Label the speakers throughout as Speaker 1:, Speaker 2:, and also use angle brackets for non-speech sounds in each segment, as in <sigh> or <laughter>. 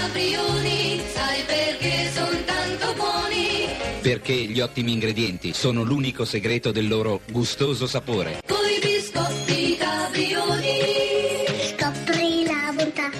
Speaker 1: caprioli, sai perché sono tanto buoni?
Speaker 2: Perché gli ottimi ingredienti sono l'unico segreto del loro gustoso sapore.
Speaker 1: Coi biscotti caprioli.
Speaker 3: Scopri la bontà.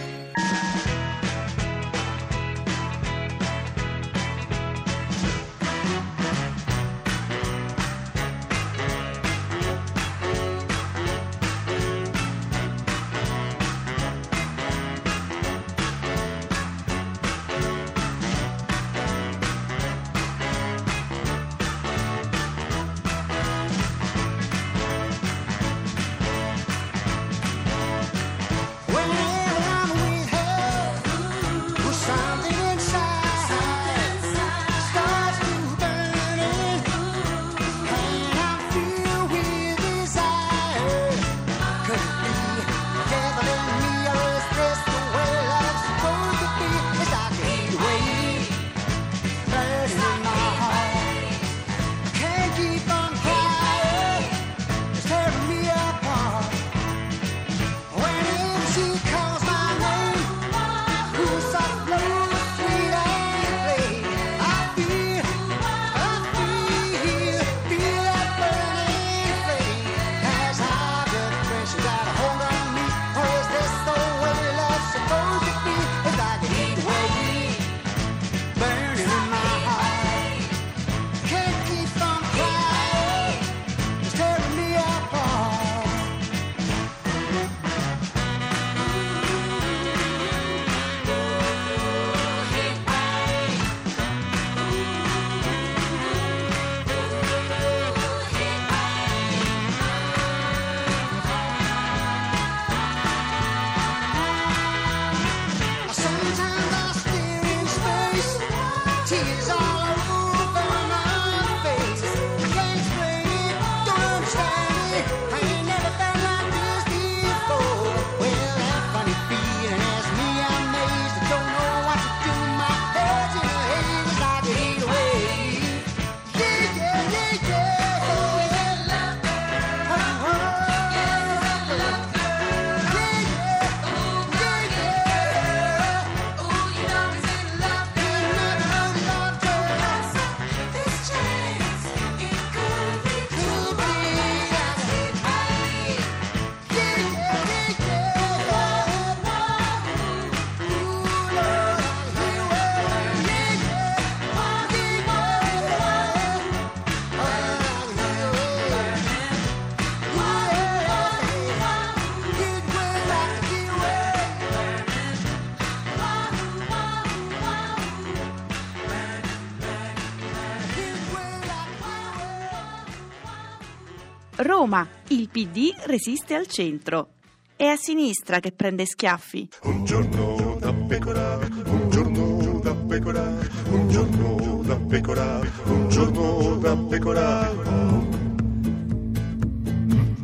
Speaker 4: Roma, il PD resiste al centro. È a sinistra che prende schiaffi.
Speaker 5: Un giorno da pecora, un giorno da pecora, un giorno da pecora, un giorno da pecora.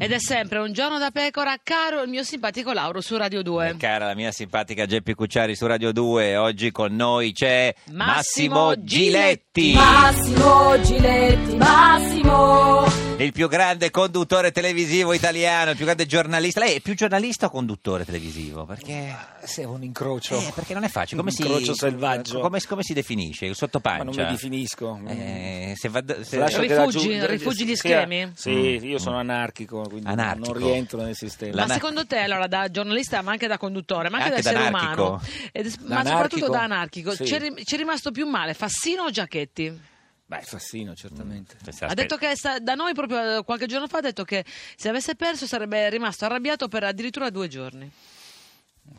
Speaker 6: Ed è sempre un giorno da pecora, caro il mio simpatico Lauro su Radio 2.
Speaker 7: Cara la mia simpatica Geppi Cucciari su Radio 2, oggi con noi c'è Massimo,
Speaker 6: Massimo
Speaker 7: Giletti,
Speaker 8: Massimo Giletti, Massimo,
Speaker 7: il più grande conduttore televisivo italiano, il più grande giornalista. Lei è più giornalista o conduttore televisivo? Perché,
Speaker 9: Ah, Se è un incrocio.
Speaker 7: eh, perché non è facile. Come
Speaker 9: Un incrocio
Speaker 7: si,
Speaker 9: selvaggio.
Speaker 7: Come, come si definisce? Il sottopancia?
Speaker 9: Ma non mi definisco.
Speaker 7: Eh, se va- se-
Speaker 9: Lascio che
Speaker 6: Rifugi-
Speaker 9: raggiung-
Speaker 6: rifugi gli
Speaker 9: sì,
Speaker 6: schemi?
Speaker 9: Sì, io sono anarchico, quindi
Speaker 7: Anarchico.
Speaker 9: non rientro nel sistema.
Speaker 7: La-
Speaker 6: Ma secondo te, allora, da giornalista, ma anche da conduttore, ma anche,
Speaker 7: Anche
Speaker 6: da
Speaker 7: da
Speaker 6: essere
Speaker 7: anarchico.
Speaker 6: umano, ed- ma
Speaker 9: anarchico?
Speaker 6: soprattutto da anarchico,
Speaker 9: Sì.
Speaker 6: c'è, ri- c'è rimasto più male Fassino o Giachetti?
Speaker 9: Beh, Fassino, certamente.
Speaker 7: se-
Speaker 6: Ha detto che sta- da noi proprio eh, qualche giorno fa ha detto che se avesse perso sarebbe rimasto arrabbiato per addirittura due giorni.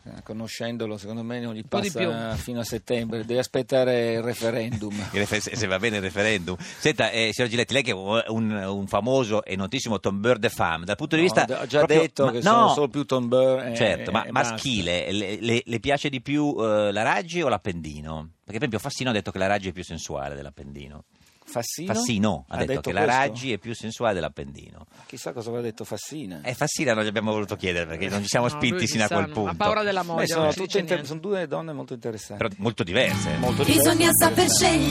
Speaker 9: Eh, Conoscendolo, secondo me non gli
Speaker 6: po' di
Speaker 9: passa fino a settembre. Deve aspettare il
Speaker 7: <laughs>
Speaker 9: referendum.
Speaker 7: Il refer- se va bene il referendum. Senta, eh, signor Giletti, lei che è un, un famoso e notissimo tombeur de femme, dal punto di
Speaker 9: No,
Speaker 7: vista...
Speaker 9: ho già
Speaker 7: proprio-
Speaker 9: detto
Speaker 7: ma-
Speaker 9: che
Speaker 7: no,
Speaker 9: sono solo più tombeur e-
Speaker 7: Certo, ma
Speaker 9: e basta.
Speaker 7: maschile, le, le- le piace di più eh, la Raggi o l'Appendino? Perché per esempio Fassino ha detto che la Raggi è più sensuale dell'Appendino.
Speaker 9: Fassino,
Speaker 7: Fassino ha, detto, che la
Speaker 9: questo?
Speaker 7: Raggi è più sensuale dell'Appendino.
Speaker 9: Chissà cosa aveva detto Fassina.
Speaker 7: E Fassina non gli abbiamo voluto chiedere perché non ci siamo
Speaker 6: No,
Speaker 7: spinti
Speaker 6: lui
Speaker 7: sino a
Speaker 6: sa,
Speaker 7: quel
Speaker 6: no.
Speaker 7: punto.
Speaker 6: Ha paura della
Speaker 9: Beh,
Speaker 6: moglie.
Speaker 9: sono,
Speaker 6: non ci dice
Speaker 9: tutte inter-
Speaker 6: niente.
Speaker 9: sono due donne molto interessanti.
Speaker 7: Però molto diverse.
Speaker 9: Molto diverse.
Speaker 8: Bisogna saper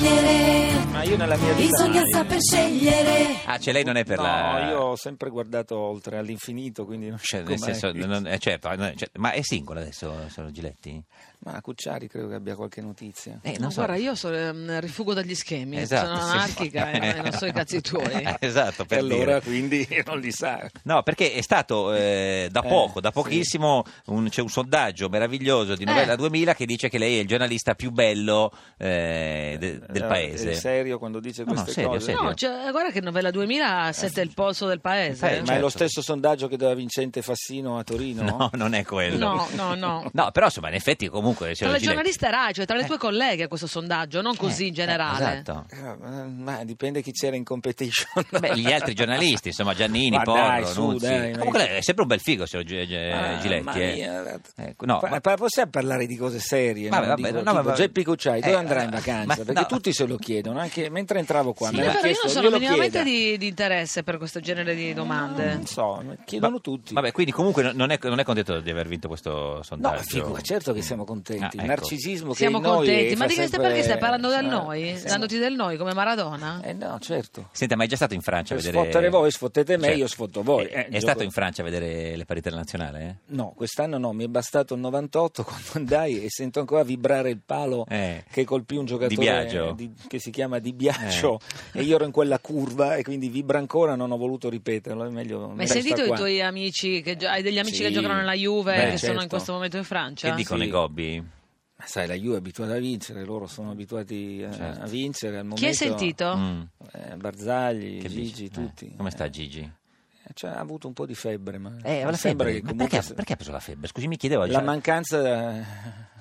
Speaker 8: scegliere,
Speaker 9: Ma io nella mia vita...
Speaker 8: bisogna saper scegliere.
Speaker 7: Ah, cioè lei non è per
Speaker 9: no,
Speaker 7: la...
Speaker 9: io ho sempre guardato oltre all'infinito, quindi non
Speaker 7: Cioè,
Speaker 9: scelgo
Speaker 7: nel
Speaker 9: mai.
Speaker 7: senso, non- eh, cioè, pa- no, cioè, ma è singola adesso, sono Giletti?
Speaker 9: Ma Cucciari credo che abbia qualche notizia.
Speaker 7: Eh, non
Speaker 6: No,
Speaker 7: so. Esatto,
Speaker 6: Guarda, io so- ehm, rifugo dagli schemi, sono
Speaker 7: sì.
Speaker 6: anarchica e
Speaker 9: eh,
Speaker 6: non so i cazzi
Speaker 7: <laughs>
Speaker 6: tuoi.
Speaker 7: esatto, per
Speaker 9: e allora
Speaker 7: dire.
Speaker 9: quindi non li sa.
Speaker 7: No, perché è stato eh, da
Speaker 9: Eh,
Speaker 7: poco, da
Speaker 9: sì.
Speaker 7: pochissimo, un- c'è un sondaggio meraviglioso di Novella
Speaker 6: Eh.
Speaker 7: 2000 che dice che lei è il giornalista più bello eh, de- del
Speaker 9: Eh,
Speaker 7: paese.
Speaker 9: È serio quando dice
Speaker 7: No, no,
Speaker 9: queste
Speaker 7: serio,
Speaker 9: cose?
Speaker 7: serio.
Speaker 6: No, cioè, guarda che Novella 2000 sette il polso del paese.
Speaker 7: Eh,
Speaker 9: Ma
Speaker 7: certo.
Speaker 9: è lo stesso sondaggio che dava Vincente Fassino a Torino?
Speaker 7: No, non è quello.
Speaker 6: No,
Speaker 7: <laughs>
Speaker 6: no, no.
Speaker 7: No, però insomma, in effetti comunque...
Speaker 6: Tra
Speaker 7: signor
Speaker 6: le
Speaker 7: Giletti-
Speaker 6: giornaliste Rai, cioè tra le tue colleghe questo sondaggio, non così in
Speaker 7: Eh,
Speaker 6: generale.
Speaker 7: eh, esatto.
Speaker 9: Eh, Ma ma dipende chi c'era in competition.
Speaker 7: Beh, gli altri giornalisti, insomma, Giannini,
Speaker 9: Ma
Speaker 7: Porro,
Speaker 9: dai, su,
Speaker 7: Nuzzi.
Speaker 9: dai, ma-
Speaker 7: Comunque lei è sempre un bel figo, signor Gi- Gi-
Speaker 9: Ah, mamma
Speaker 7: Giletti. eh.
Speaker 9: mia.
Speaker 7: Ecco, no,
Speaker 9: Pa-
Speaker 7: ma-
Speaker 9: pa- possiamo parlare di cose serie?
Speaker 7: Vabbè,
Speaker 9: no?
Speaker 7: vabbè,
Speaker 9: Dico,
Speaker 7: no,
Speaker 9: tipo,
Speaker 7: vabbè.
Speaker 9: Geppi Cucciari, dove
Speaker 7: Eh,
Speaker 9: andrà in
Speaker 7: ma-
Speaker 9: vacanza?
Speaker 7: ma-
Speaker 9: Perché
Speaker 7: no.
Speaker 9: tutti se lo chiedono, anche mentre entravo qua.
Speaker 6: Sì,
Speaker 9: me l'ha
Speaker 6: però io
Speaker 9: chiesto,
Speaker 6: non sono
Speaker 9: glielo
Speaker 6: minimamente
Speaker 9: chieda. Mm.
Speaker 6: di, di interesse per questo genere di domande.
Speaker 9: Non so, me- chiedono tutti.
Speaker 7: Vabbè, quindi comunque no- non è, non è contento di aver vinto questo
Speaker 9: No,
Speaker 7: sondaggio.
Speaker 9: figo, certo che siamo contenti.
Speaker 7: Ah, ecco.
Speaker 9: Il narcisismo
Speaker 6: Ecco. Siamo
Speaker 9: che in noi
Speaker 6: contenti, ma
Speaker 9: fa
Speaker 6: di che stai,
Speaker 9: sempre-
Speaker 6: perché stai parlando del
Speaker 9: Eh,
Speaker 6: noi?
Speaker 9: siamo-
Speaker 6: Dandoti del noi come Maradona?
Speaker 9: Eh no, certo.
Speaker 7: Senta, ma è già stato in Francia
Speaker 9: Per
Speaker 7: a vedere... Cioè,
Speaker 9: sfottere Eh, voi, sfottate me, io sfotto voi.
Speaker 7: È,
Speaker 9: Eh,
Speaker 7: è
Speaker 9: gioco-
Speaker 7: stato in Francia a vedere le parità nazionale? eh?
Speaker 9: No, quest'anno no, mi è bastato il 98 <laughs> quando andai e sento ancora vibrare il palo Oh,
Speaker 7: Eh.
Speaker 9: che colpì un giocatore
Speaker 7: Di Biagio.
Speaker 9: eh, di- Eh. che si chiama Di Biagio e io ero in quella curva e quindi vibra ancora, non ho voluto ripeterlo, è meglio...
Speaker 6: Ma hai
Speaker 9: resta
Speaker 6: sentito
Speaker 9: qua.
Speaker 6: i tuoi amici, che gio- hai degli amici
Speaker 9: Sì.
Speaker 6: che giocano nella Juve
Speaker 9: Beh,
Speaker 6: che sono in
Speaker 9: certo.
Speaker 6: questo momento in Francia?
Speaker 7: Che dicono
Speaker 9: sì.
Speaker 7: i gobbi?
Speaker 9: Ma sai, Cioè, la Juve è abituata a vincere, loro sono abituati eh,
Speaker 7: Certo.
Speaker 9: a vincere al momento...
Speaker 6: Chi hai sentito?
Speaker 7: Mm.
Speaker 9: eh, Barzagli,
Speaker 7: Che dici?
Speaker 9: Gigi,
Speaker 7: Eh,
Speaker 9: tutti.
Speaker 7: come sta Gigi?
Speaker 9: Eh, cioè, ha avuto un po' di febbre, ma...
Speaker 7: Eh,
Speaker 9: mi
Speaker 7: la
Speaker 9: sembra
Speaker 7: febbre.
Speaker 9: che
Speaker 7: Ma
Speaker 9: comunque
Speaker 7: perché,
Speaker 9: se-
Speaker 7: perché ha preso la febbre? Scusi, mi chiedevo...
Speaker 9: La
Speaker 7: cioè-
Speaker 9: mancanza...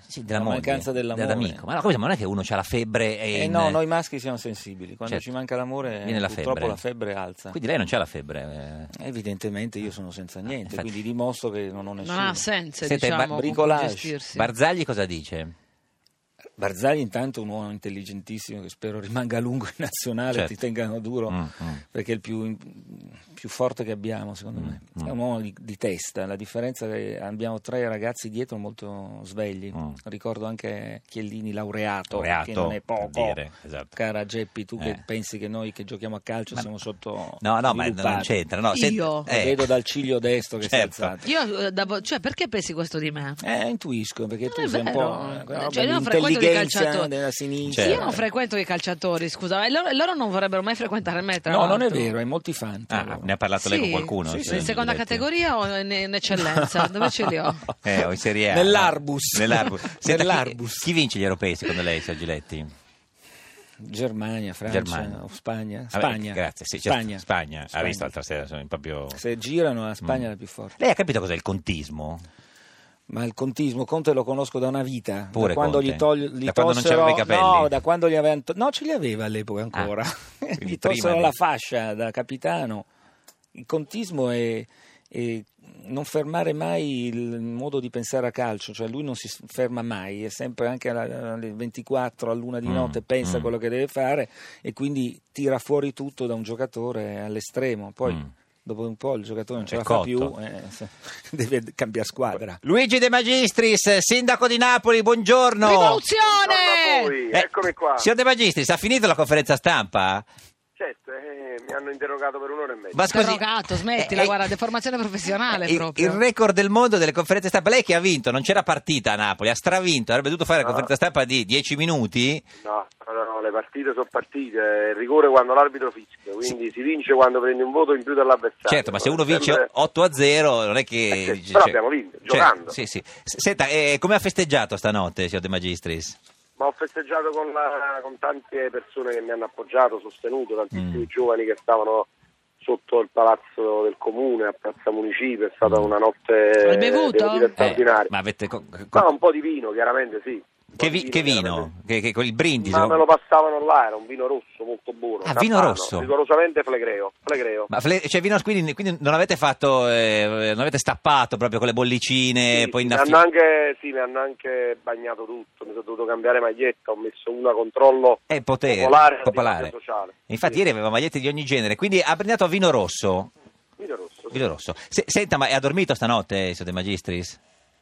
Speaker 7: sì, della
Speaker 9: la
Speaker 7: moglie,
Speaker 9: mancanza dell'amore.
Speaker 7: dell'amico. Ma no, come si- ma non è che uno ha la febbre e...
Speaker 9: Eh
Speaker 7: in-
Speaker 9: no, noi maschi siamo sensibili, quando ci
Speaker 7: Certo.
Speaker 9: manca l'amore
Speaker 7: Viene la
Speaker 9: purtroppo
Speaker 7: febbre.
Speaker 9: la febbre alza.
Speaker 7: Quindi lei non c'ha la febbre. eh. Ah,
Speaker 9: Evidentemente io sono senza niente,
Speaker 7: infatti.
Speaker 9: quindi dimostro che non ho nessuno.
Speaker 6: Non ha senso,
Speaker 7: Senta,
Speaker 6: diciamo,
Speaker 7: Bar-
Speaker 6: con cui
Speaker 9: bricolage,
Speaker 6: gestirsi.
Speaker 7: Barzagli cosa dice?
Speaker 9: Barzagli intanto è un uomo intelligentissimo che spero rimanga a lungo in nazionale,
Speaker 7: Certo.
Speaker 9: ti tengano duro,
Speaker 7: Mm, mm.
Speaker 9: perché è il più, più forte che abbiamo secondo me.
Speaker 7: mm.
Speaker 9: È un uomo di, di testa, la differenza è che abbiamo tre ragazzi dietro molto svegli.
Speaker 7: Mm.
Speaker 9: Ricordo anche Chiellini laureato,
Speaker 7: Laureato,
Speaker 9: che non è
Speaker 7: per
Speaker 9: poco.
Speaker 7: dire, esatto.
Speaker 9: Cara Geppi, tu
Speaker 7: Eh.
Speaker 9: che pensi che noi che giochiamo a calcio siamo sotto...
Speaker 7: No, no, ma non c'entra. No, senta-
Speaker 6: Io?
Speaker 7: eh,
Speaker 9: Vedo dal ciglio destro che
Speaker 7: Certo.
Speaker 9: si è alzato.
Speaker 6: Io, eh, davo- cioè, perché pensi questo di me?
Speaker 9: Esatto. Eh, intuisco, perché
Speaker 6: è
Speaker 9: tu sei un
Speaker 6: vero.
Speaker 9: po' eh, quella
Speaker 6: Cioè,
Speaker 9: roba
Speaker 6: io non
Speaker 9: di
Speaker 6: frequento i
Speaker 9: intelligenza
Speaker 6: calciatori.
Speaker 9: della sinistra.
Speaker 7: Certo.
Speaker 6: Io non frequento i calciatori, scusa, e loro, loro non vorrebbero mai frequentare me. Tra
Speaker 9: No, non è
Speaker 6: l'altro.
Speaker 9: vero, hai molti fan. tra
Speaker 7: Ah,
Speaker 9: loro.
Speaker 7: ne ha parlato lei con
Speaker 6: Sì,
Speaker 7: qualcuno?
Speaker 6: sì,
Speaker 7: Sì,
Speaker 6: sì. in seconda categoria o in, in eccellenza?
Speaker 9: <laughs>
Speaker 6: Dove ce li ho?
Speaker 7: <laughs> Eh, o in Serie A.
Speaker 9: Nell'Arbus. <laughs>
Speaker 7: Nell'Arbus. Senta, chi-
Speaker 9: Nell'Arbus.
Speaker 7: Chi, vince gli europei secondo lei, signor Giletti?
Speaker 9: Germania, Francia,
Speaker 7: Germania.
Speaker 9: o Spagna.
Speaker 7: Vabbè,
Speaker 9: Spagna.
Speaker 7: grazie. Sì, certo.
Speaker 9: Spagna.
Speaker 7: Spagna. Ha
Speaker 9: Spagna.
Speaker 7: visto l'altra sera, sono proprio... Mm.
Speaker 9: Se girano, la Spagna è la più forte.
Speaker 7: Lei ha capito cos'è il contismo?
Speaker 9: Ma il contismo, Conte lo conosco da una vita.
Speaker 7: Pure
Speaker 9: da quando
Speaker 7: Conte.
Speaker 9: gli, togli- gli
Speaker 7: Da quando non
Speaker 9: tossero-
Speaker 7: c'aveva i capelli. Ah,
Speaker 9: No, da quando gli avevano. to- no, ce li aveva all'epoca ancora. <laughs>
Speaker 7: quindi
Speaker 9: gli
Speaker 7: prima
Speaker 9: tolsero
Speaker 7: di-
Speaker 9: la fascia da capitano. Il contismo è. è non fermare mai il modo di pensare a calcio, cioè lui non si s- ferma mai, è sempre anche alla- alle 24, all'una di
Speaker 7: Mm,
Speaker 9: notte, pensa
Speaker 7: mm.
Speaker 9: quello che deve fare e quindi tira fuori tutto da un giocatore all'estremo. Poi
Speaker 7: Mm.
Speaker 9: dopo un po' il giocatore non ce
Speaker 7: È
Speaker 9: la
Speaker 7: cotto.
Speaker 9: fa più, eh, <laughs> se- deve cambiare squadra.
Speaker 7: Luigi De Magistris, sindaco di Napoli, buongiorno.
Speaker 10: Torno a
Speaker 6: Rivoluzione!
Speaker 10: voi,
Speaker 7: Eh,
Speaker 10: eccomi qua.
Speaker 7: Signor De Magistris, ha finito la conferenza stampa?
Speaker 10: Certo, eh, mi hanno interrogato per un'ora e mezza.
Speaker 7: Ma scusi-
Speaker 6: Interrogato, smettila,
Speaker 7: Eh,
Speaker 6: guarda, deformazione professionale
Speaker 7: il,
Speaker 6: proprio.
Speaker 7: il record del mondo delle conferenze stampa. Lei che ha vinto, non c'era partita a Napoli, ha stravinto, avrebbe dovuto fare la
Speaker 10: No.
Speaker 7: conferenza stampa di 10 minuti.
Speaker 10: No, no, no, le partite sono partite, è il rigore quando l'arbitro fischia, quindi si vince quando prendi un voto in più dall'avversario.
Speaker 7: Certo, ma se uno vince
Speaker 10: Sempre-
Speaker 7: 8 a 0, non è che. cioè,
Speaker 10: Eh, certo, però abbiamo vinto, giocando.
Speaker 7: Sì, sì. S- Senta, eh, come ha festeggiato stanotte, signor De Magistris?
Speaker 10: Ma ho festeggiato con, la- con tante persone che mi hanno appoggiato, sostenuto, tantissimi
Speaker 7: Mm.
Speaker 10: giovani che stavano sotto il palazzo del comune, a Piazza Municipio, è stata una notte
Speaker 6: Hai bevuto?
Speaker 10: devo dire,
Speaker 7: Eh,
Speaker 10: straordinaria.
Speaker 7: ma avete. co- co-
Speaker 10: No, un po' di vino, chiaramente sì.
Speaker 4: Che, vi- che
Speaker 7: era
Speaker 4: vino?
Speaker 7: presente.
Speaker 4: Che, che- con il brindisi?
Speaker 7: Ma
Speaker 4: no?
Speaker 7: me lo passavano là, era un vino rosso molto buono.
Speaker 4: Ah, vino
Speaker 7: campano,
Speaker 4: rosso.
Speaker 7: Rigorosamente flegreo. flegreo.
Speaker 4: Ma fle- cioè, vino, quindi, quindi non avete fatto, eh, non avete stappato proprio con le bollicine,
Speaker 7: Sì,
Speaker 4: poi
Speaker 7: mi
Speaker 4: innaffi-
Speaker 7: hanno anche, sì, mi hanno anche bagnato tutto, mi sono dovuto cambiare maglietta, ho messo una controllo
Speaker 4: Eh, potere,
Speaker 7: popolare,
Speaker 4: popolare.
Speaker 7: antipatia sociale.
Speaker 4: Infatti
Speaker 7: Sì,
Speaker 4: ieri aveva magliette di ogni genere, quindi ha brindato a vino rosso.
Speaker 7: vino rosso, sì.
Speaker 4: Vino rosso. Se- senta, ma ha dormito stanotte, eh, siete magistris?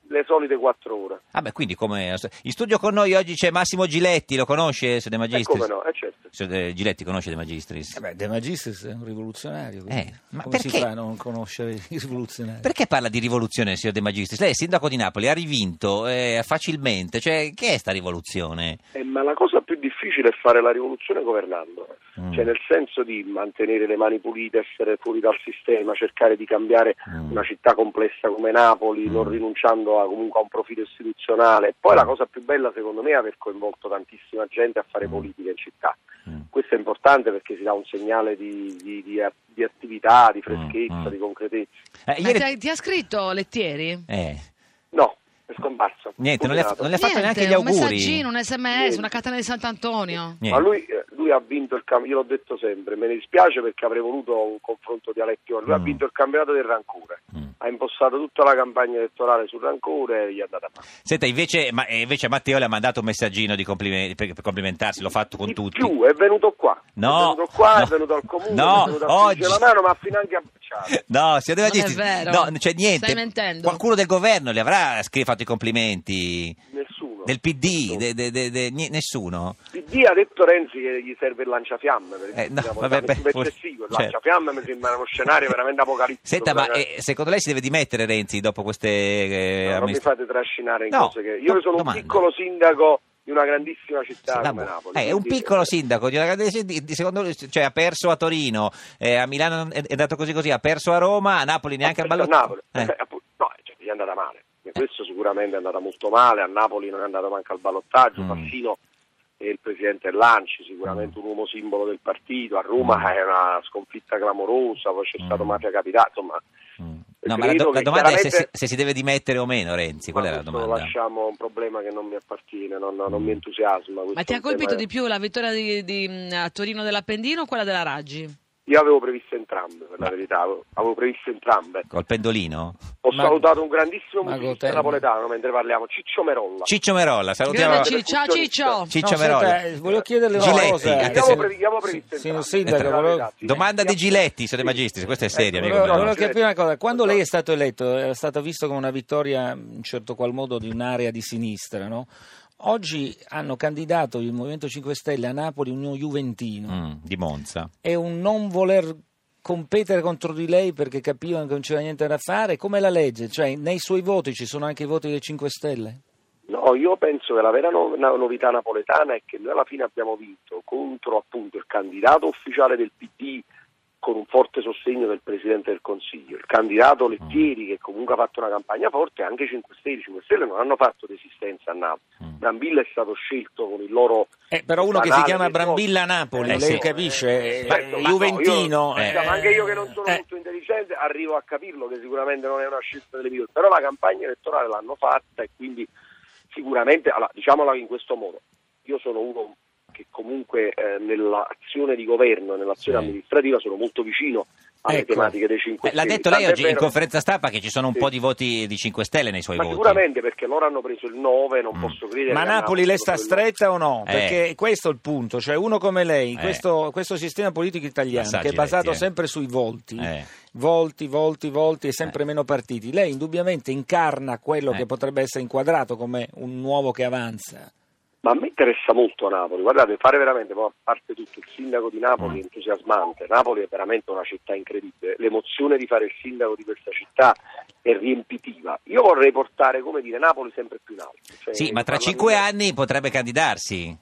Speaker 7: le solite quattro ore.
Speaker 4: Ah beh, quindi come... In studio con noi oggi c'è Massimo Giletti, lo conosce, siete
Speaker 7: E
Speaker 4: magistris?
Speaker 7: come no, eh, certo.
Speaker 4: Signor De- Giletti conosce De Magistris.
Speaker 9: Eh beh, De Magistris è un rivoluzionario, quindi
Speaker 4: Eh, ma
Speaker 9: come si
Speaker 4: perché?
Speaker 9: fa a non conoscere i rivoluzionari?
Speaker 4: Perché parla di rivoluzione, signor De Magistris? Lei è sindaco di Napoli, ha rivinto eh, facilmente. Cioè, che è sta rivoluzione?
Speaker 7: Eh, ma la cosa più difficile è fare la rivoluzione governando,
Speaker 4: Mm.
Speaker 7: cioè nel senso di mantenere le mani pulite, essere fuori dal sistema, cercare di cambiare
Speaker 4: Mm.
Speaker 7: una città complessa come Napoli,
Speaker 4: Mm.
Speaker 7: non rinunciando a- comunque a un profilo istituzionale. E Poi la cosa più bella secondo me è aver coinvolto tantissima gente a fare
Speaker 4: Mm.
Speaker 7: politica in città.
Speaker 4: Mm.
Speaker 7: Questo è importante perché si dà un segnale di, di- di a- di attività, di freschezza,
Speaker 4: Mm.
Speaker 7: di concretezza.
Speaker 4: Eh,
Speaker 6: Ma ti, ha- ti ha scritto Lettieri?
Speaker 4: eh,
Speaker 7: No, è scomparso.
Speaker 4: niente, non le, ha, non le ha fatto
Speaker 6: Niente,
Speaker 4: neanche gli
Speaker 6: Un
Speaker 4: auguri.
Speaker 6: messaggino, un sms,
Speaker 7: Niente.
Speaker 6: una catena di Sant'Antonio.
Speaker 4: Niente.
Speaker 7: Ma lui, eh, lui ha vinto il campionato, io l'ho detto sempre, me ne dispiace perché avrei voluto un confronto dialettico, lui ha
Speaker 4: Mm.
Speaker 7: vinto il campionato del rancore,
Speaker 4: Mm.
Speaker 7: ha impostato tutta la campagna elettorale sul rancore e gli è andata male.
Speaker 4: Senta, invece, ma, eh, invece Matteo le ha mandato un messaggino di complimenti, per, per complimentarsi, l'ho fatto con
Speaker 7: Di
Speaker 4: tutti.
Speaker 7: più, è venuto qua,
Speaker 4: No,
Speaker 7: è venuto qua,
Speaker 4: no,
Speaker 7: è venuto al comune,
Speaker 4: no,
Speaker 7: è venuto a
Speaker 4: oggi-
Speaker 7: stringere la mano, ma ha finanche a baciare.
Speaker 4: No, signor De
Speaker 6: Non è
Speaker 4: Magistris,
Speaker 6: vero.
Speaker 4: no, non c'è niente.
Speaker 6: Stai mentendo.
Speaker 4: Qualcuno del governo le avrà scri- fatto i complimenti?
Speaker 7: Nessuno.
Speaker 4: Del PD?
Speaker 7: Nessuno.
Speaker 4: De- de- de- de- ni- nessuno?
Speaker 7: PD ha detto Renzi che gli serve il lanciafiamme, per
Speaker 4: Eh,
Speaker 7: esempio,
Speaker 4: no,
Speaker 7: una
Speaker 4: vabbè,
Speaker 7: volta
Speaker 4: beh, forse-
Speaker 7: eccessivo, il
Speaker 4: certo.
Speaker 7: lanciafiamme mi sembra uno scenario veramente apocalittico.
Speaker 4: Senta, ma
Speaker 7: veramente.
Speaker 4: eh, secondo lei si deve dimettere Renzi dopo queste... eh,
Speaker 7: No, non mi
Speaker 4: amministra-
Speaker 7: fate trascinare in
Speaker 4: No,
Speaker 7: cose che... Io
Speaker 4: do-
Speaker 7: sono
Speaker 4: domanda.
Speaker 7: un piccolo sindaco di una grandissima città
Speaker 4: La
Speaker 7: come
Speaker 4: bu-
Speaker 7: Napoli.
Speaker 4: Eh, è un
Speaker 7: quindi-
Speaker 4: piccolo sindaco di una grande citt- di- di- secondo lui, cioè, ha perso a Torino, eh, a Milano è, è andato così così, ha perso a Roma, a Napoli neanche al
Speaker 7: Aspetta,
Speaker 4: ballottaggio.
Speaker 7: Napoli. Eh, appunto, no, cioè, gli è andata male. Questo sicuramente è andata molto male. A Napoli non è andato manco al ballottaggio.
Speaker 4: Mm.
Speaker 7: Fassino è il presidente Lanci, sicuramente un uomo simbolo del partito. A Roma
Speaker 4: Mm.
Speaker 7: è una sconfitta clamorosa. Poi c'è stato
Speaker 4: Mm.
Speaker 7: Mafia Capitale. Insomma, Eh,
Speaker 4: No, ma la, do-
Speaker 7: credo
Speaker 4: la
Speaker 7: che
Speaker 4: domanda è se, si-
Speaker 7: chiaramente-
Speaker 4: se si deve dimettere o meno Renzi, quella
Speaker 7: ma
Speaker 4: è la
Speaker 7: questo lo
Speaker 4: domanda.
Speaker 7: lasciamo un problema che non mi appartiene, non, non
Speaker 4: Mm.
Speaker 7: mi entusiasma. questo
Speaker 6: Ma ti
Speaker 7: è
Speaker 6: ha
Speaker 7: un tema
Speaker 6: colpito
Speaker 7: che-
Speaker 6: di più la vittoria di, di, mh, a Torino dell'Appendino o quella della Raggi?
Speaker 7: Io avevo previsto entrambe, per la verità, avevo- avevo previsto entrambe.
Speaker 4: Col pendolino?
Speaker 7: Ho
Speaker 9: Ma-
Speaker 7: salutato un grandissimo
Speaker 9: Mago
Speaker 7: musicista
Speaker 9: Terni.
Speaker 7: napoletano mentre parliamo, Ciccio Merolla.
Speaker 4: Ciccio Merolla, salutiamo
Speaker 6: Grande
Speaker 7: Ci-
Speaker 6: Ci- Ciao Ciccio!
Speaker 4: Ciccio
Speaker 9: No,
Speaker 4: Merolla.
Speaker 9: senta, eh, volevo chiederle una
Speaker 4: Giletti,
Speaker 9: cosa.
Speaker 4: anche
Speaker 7: Abbiamo
Speaker 4: se-
Speaker 7: pre- abbiamo previsto
Speaker 9: Sì, Signor
Speaker 7: entrambi.
Speaker 9: Sindaco,
Speaker 7: Entrambi,
Speaker 9: volevo,
Speaker 7: ragazzi.
Speaker 4: Domanda di
Speaker 7: Sì.
Speaker 4: Giletti, signor De
Speaker 7: Sì.
Speaker 4: Magistris, questa è seria, amico
Speaker 9: volevo-
Speaker 4: mio.
Speaker 9: volevo capire una cosa. Quando lei è
Speaker 7: Esatto.
Speaker 9: stato eletto era stata vista come una vittoria, in certo qual modo, di un'area di sinistra, no? Oggi hanno candidato il Movimento 5 Stelle a Napoli uno Juventino.
Speaker 4: Mm, di Monza.
Speaker 9: è un non voler competere contro di lei perché capivano che non c'era niente da fare, come la legge, cioè nei suoi voti ci sono anche i voti dei 5 Stelle.
Speaker 7: No, io penso che la vera no- no- novità napoletana è che noi alla fine abbiamo vinto contro appunto il candidato ufficiale del PD con un forte sostegno del Presidente del Consiglio, il candidato Lettieri che comunque ha fatto una campagna forte, anche i 5 Stelle, i 5 Stelle non hanno fatto resistenza a Napoli.
Speaker 4: Mm.
Speaker 7: Brambilla è stato scelto con il loro
Speaker 9: Eh, però uno che si
Speaker 7: Banale,
Speaker 9: chiama
Speaker 7: che
Speaker 9: Brambilla
Speaker 7: no.
Speaker 9: Napoli,
Speaker 4: Eh,
Speaker 9: lei
Speaker 4: sì.
Speaker 9: capisce,
Speaker 6: Eh,
Speaker 4: Eh,
Speaker 9: è
Speaker 7: Certo, ma no,
Speaker 9: Juventino.
Speaker 7: io-
Speaker 9: eh,
Speaker 7: ma Cioè, anche io che non sono
Speaker 9: eh,
Speaker 7: molto intelligente arrivo a capirlo che sicuramente non è una scelta delle migliori, però la campagna elettorale l'hanno fatta e quindi sicuramente, allora, diciamola in questo modo, io sono uno che comunque eh, nell'azione di governo, nell'azione
Speaker 4: Sì.
Speaker 7: amministrativa sono molto vicino alle
Speaker 9: Ecco.
Speaker 7: tematiche dei 5
Speaker 4: Eh, l'ha
Speaker 7: Stelle.
Speaker 4: detto lei
Speaker 7: Tant'è
Speaker 4: oggi in
Speaker 7: vero-
Speaker 4: conferenza stampa che ci sono un
Speaker 7: Sì.
Speaker 4: po' di voti di 5 Stelle nei suoi
Speaker 7: Ma
Speaker 4: voti.
Speaker 7: sicuramente perché loro hanno preso il 9, non
Speaker 4: Mm.
Speaker 7: posso credere.
Speaker 9: Ma
Speaker 7: che a
Speaker 9: Napoli le sta
Speaker 7: proprio il nove.
Speaker 9: stretta o no?
Speaker 4: Eh.
Speaker 9: Perché questo è il punto, cioè uno come lei,
Speaker 4: Eh.
Speaker 9: questo, questo sistema politico italiano
Speaker 4: Passaggi
Speaker 9: che è basato
Speaker 4: letti, eh.
Speaker 9: sempre sui volti,
Speaker 4: Eh.
Speaker 9: volti, volti, volti e sempre meno partiti, lei indubbiamente incarna quello
Speaker 4: Eh.
Speaker 9: che potrebbe essere inquadrato come un nuovo che avanza.
Speaker 7: Ma a me interessa molto Napoli, guardate, fare veramente, poi a parte tutto, il sindaco di Napoli è
Speaker 4: Mm.
Speaker 7: entusiasmante, Napoli è veramente una città incredibile, l'emozione di fare il sindaco di questa città è riempitiva. Io vorrei portare, come dire, Napoli sempre più in alto. Cioè,
Speaker 4: Sì, ma tra
Speaker 7: parlando-
Speaker 4: 5 anni potrebbe candidarsi.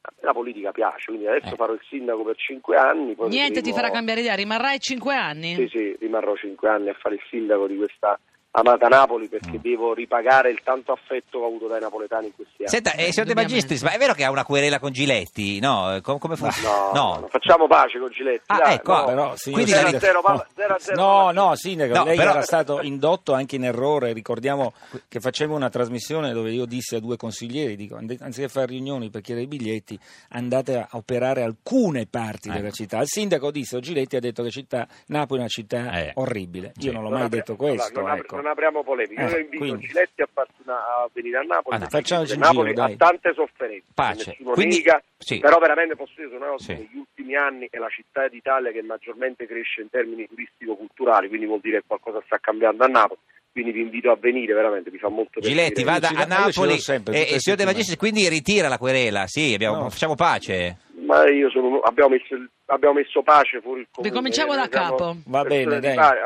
Speaker 7: A me La politica piace, quindi adesso
Speaker 4: Eh.
Speaker 7: farò il sindaco per cinque anni. Poi
Speaker 6: Niente ti
Speaker 7: vedremo-
Speaker 6: farà cambiare idea, rimarrai 5 anni?
Speaker 7: Sì, sì, rimarrò cinque anni a fare il sindaco di questa amata Napoli perché
Speaker 4: Mm.
Speaker 7: devo ripagare il tanto affetto avuto dai napoletani in questi anni.
Speaker 4: Senta, eh, signor De
Speaker 6: Indubbiamente.
Speaker 4: Magistris, ma è vero che ha una querela con Giletti? No, eh, com- come fa?
Speaker 7: No, no, facciamo pace con Giletti.
Speaker 4: Ah,
Speaker 7: dai,
Speaker 4: ecco, Oh.
Speaker 7: no.
Speaker 9: Però, signor
Speaker 4: Quindi
Speaker 7: Zero a
Speaker 4: la-
Speaker 7: zero, palla- zero a zero,
Speaker 9: No,
Speaker 7: palla-
Speaker 9: no, Sindaco,
Speaker 4: No,
Speaker 9: lei
Speaker 4: però-
Speaker 9: era stato indotto anche in errore. Ricordiamo che facemmo una trasmissione dove io dissi a due consiglieri: dico, "Ande- anziché fare riunioni per chiedere i biglietti, andate a operare alcune parti della
Speaker 4: Ecco.
Speaker 9: città. Il sindaco disse: Giletti ha detto che città, Napoli è una città
Speaker 4: Eh.
Speaker 9: orribile. Io
Speaker 4: Sì.
Speaker 9: non l'ho
Speaker 7: Non
Speaker 9: mai
Speaker 7: apri-
Speaker 9: detto
Speaker 7: allora,
Speaker 9: questo.
Speaker 7: non, apri-
Speaker 9: ecco.
Speaker 7: non apriamo polemiche.
Speaker 9: Eh,
Speaker 7: Io invito
Speaker 9: quindi-
Speaker 7: Giletti a, farsi una- a venire a Napoli.
Speaker 4: Ah, no.
Speaker 7: perché
Speaker 9: Facciamoci un
Speaker 7: Napoli
Speaker 9: giro, dai.
Speaker 7: ha tante sofferenze.
Speaker 4: Pace.
Speaker 7: nessuno
Speaker 4: Quindi-
Speaker 7: nega,
Speaker 4: sì.
Speaker 7: Però veramente posso dire che una cosa,
Speaker 4: Sì.
Speaker 7: negli ultimi anni è la città d'Italia che maggiormente cresce in termini turistico-culturali, quindi vuol dire che qualcosa sta cambiando a Napoli. Quindi vi invito a venire, veramente, mi fa molto piacere.
Speaker 4: Giletti vada
Speaker 9: ci
Speaker 4: a
Speaker 9: va- ma io ci vado
Speaker 4: Napoli
Speaker 9: sempre,
Speaker 4: e,
Speaker 9: tutte le
Speaker 4: e signor De
Speaker 9: settimane.
Speaker 4: Magistris quindi ritira la querela, sì, abbiamo-
Speaker 9: No.
Speaker 4: facciamo pace.
Speaker 7: Ma io sono, abbiamo, messo, il- abbiamo messo pace fuori il comune. eh,
Speaker 6: Ricominciamo da
Speaker 7: siamo
Speaker 6: capo.
Speaker 9: Va
Speaker 7: persone
Speaker 9: bene,
Speaker 7: di
Speaker 9: dai.
Speaker 7: pari.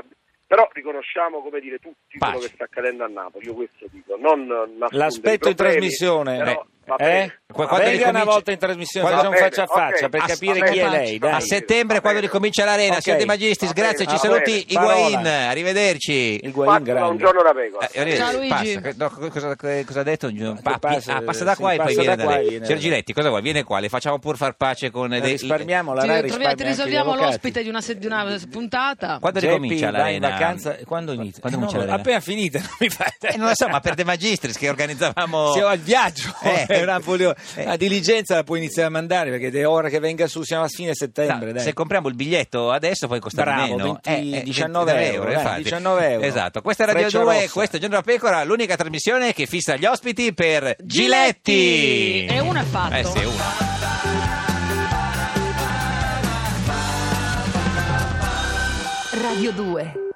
Speaker 7: Però riconosciamo, come dire, tutti quello
Speaker 4: Pace.
Speaker 7: che sta accadendo a Napoli. Io questo dico. Non nascondere i
Speaker 9: L'aspetto in
Speaker 7: problemi,
Speaker 9: trasmissione.
Speaker 7: però
Speaker 9: Eh?
Speaker 7: va bene.
Speaker 9: Eh?
Speaker 4: Qua-
Speaker 7: Va
Speaker 4: quando
Speaker 7: bene.
Speaker 9: Venga una
Speaker 4: ricominci-
Speaker 9: volta in trasmissione,
Speaker 4: Quando-
Speaker 9: facciamo
Speaker 7: Va bene,
Speaker 9: faccia a faccia
Speaker 7: ok.
Speaker 9: per
Speaker 7: A-
Speaker 9: capire
Speaker 7: va
Speaker 9: chi è
Speaker 7: bene,
Speaker 9: lei.
Speaker 7: va
Speaker 9: dai.
Speaker 4: A
Speaker 7: Sì,
Speaker 4: settembre
Speaker 7: va
Speaker 4: quando
Speaker 7: bene.
Speaker 4: ricomincia l'arena,
Speaker 9: Ok. Ah,
Speaker 4: signor De Magistris,
Speaker 7: Va
Speaker 4: grazie,
Speaker 7: bene,
Speaker 4: ci
Speaker 7: va
Speaker 4: saluti
Speaker 9: bene.
Speaker 4: Higuain,
Speaker 9: Parola.
Speaker 4: arrivederci.
Speaker 9: Higuaín
Speaker 7: Fatela
Speaker 9: grande.
Speaker 7: un giorno da pecora.
Speaker 4: Eh, arrivederci.
Speaker 6: Ciao, Luigi.
Speaker 4: Passa. No, co- cosa, eh, cosa ha detto? Pa-
Speaker 9: passa-
Speaker 4: ah, passa da
Speaker 9: sì,
Speaker 4: qua e poi
Speaker 9: passa da
Speaker 4: viene da
Speaker 9: qua e
Speaker 4: lei.
Speaker 9: viene
Speaker 4: Signor
Speaker 9: da-
Speaker 4: Giletti, cosa vuoi? Viene qua, le facciamo pur far pace con... eh,
Speaker 9: Eh,
Speaker 4: le-
Speaker 9: Risparmiamo la
Speaker 6: Ti,
Speaker 9: RAI,
Speaker 6: ritroviamo- ti
Speaker 9: risparmia anche gli
Speaker 6: risolviamo
Speaker 9: avvocati.
Speaker 6: l'ospite di una, se- di una puntata.
Speaker 4: Quando
Speaker 9: Geppi
Speaker 4: ricomincia
Speaker 9: va
Speaker 4: l'arena?
Speaker 9: in vacanza quando inizia?
Speaker 4: Quando
Speaker 9: Eh,
Speaker 4: comincia
Speaker 9: no,
Speaker 4: l'arena?
Speaker 9: appena finita, non mi fai-
Speaker 4: Eh, non lo so, ma per De Magistris
Speaker 9: <laughs>
Speaker 4: che organizzavamo...
Speaker 9: Siamo al viaggio,
Speaker 4: <laughs>
Speaker 9: <laughs>
Speaker 4: Eh.
Speaker 9: è una follia.
Speaker 4: Eh.
Speaker 9: La diligenza la puoi iniziare a mandare perché è ora che venga su, siamo a fine settembre.
Speaker 4: No,
Speaker 9: dai.
Speaker 4: Se compriamo il biglietto adesso poi costa
Speaker 9: Bravo,
Speaker 4: meno. Eh,
Speaker 9: 20 19 euro, dai,
Speaker 4: infatti.
Speaker 9: 19 euro.
Speaker 4: Esatto. Questa è Radio
Speaker 9: Freccia
Speaker 4: 2,
Speaker 9: rossa.
Speaker 4: questo è Giorno da Pecora, l'unica trasmissione che fissa gli ospiti per Giletti.
Speaker 6: Giletti! E uno è fatto.
Speaker 4: Eh sì, uno.
Speaker 11: Radio 2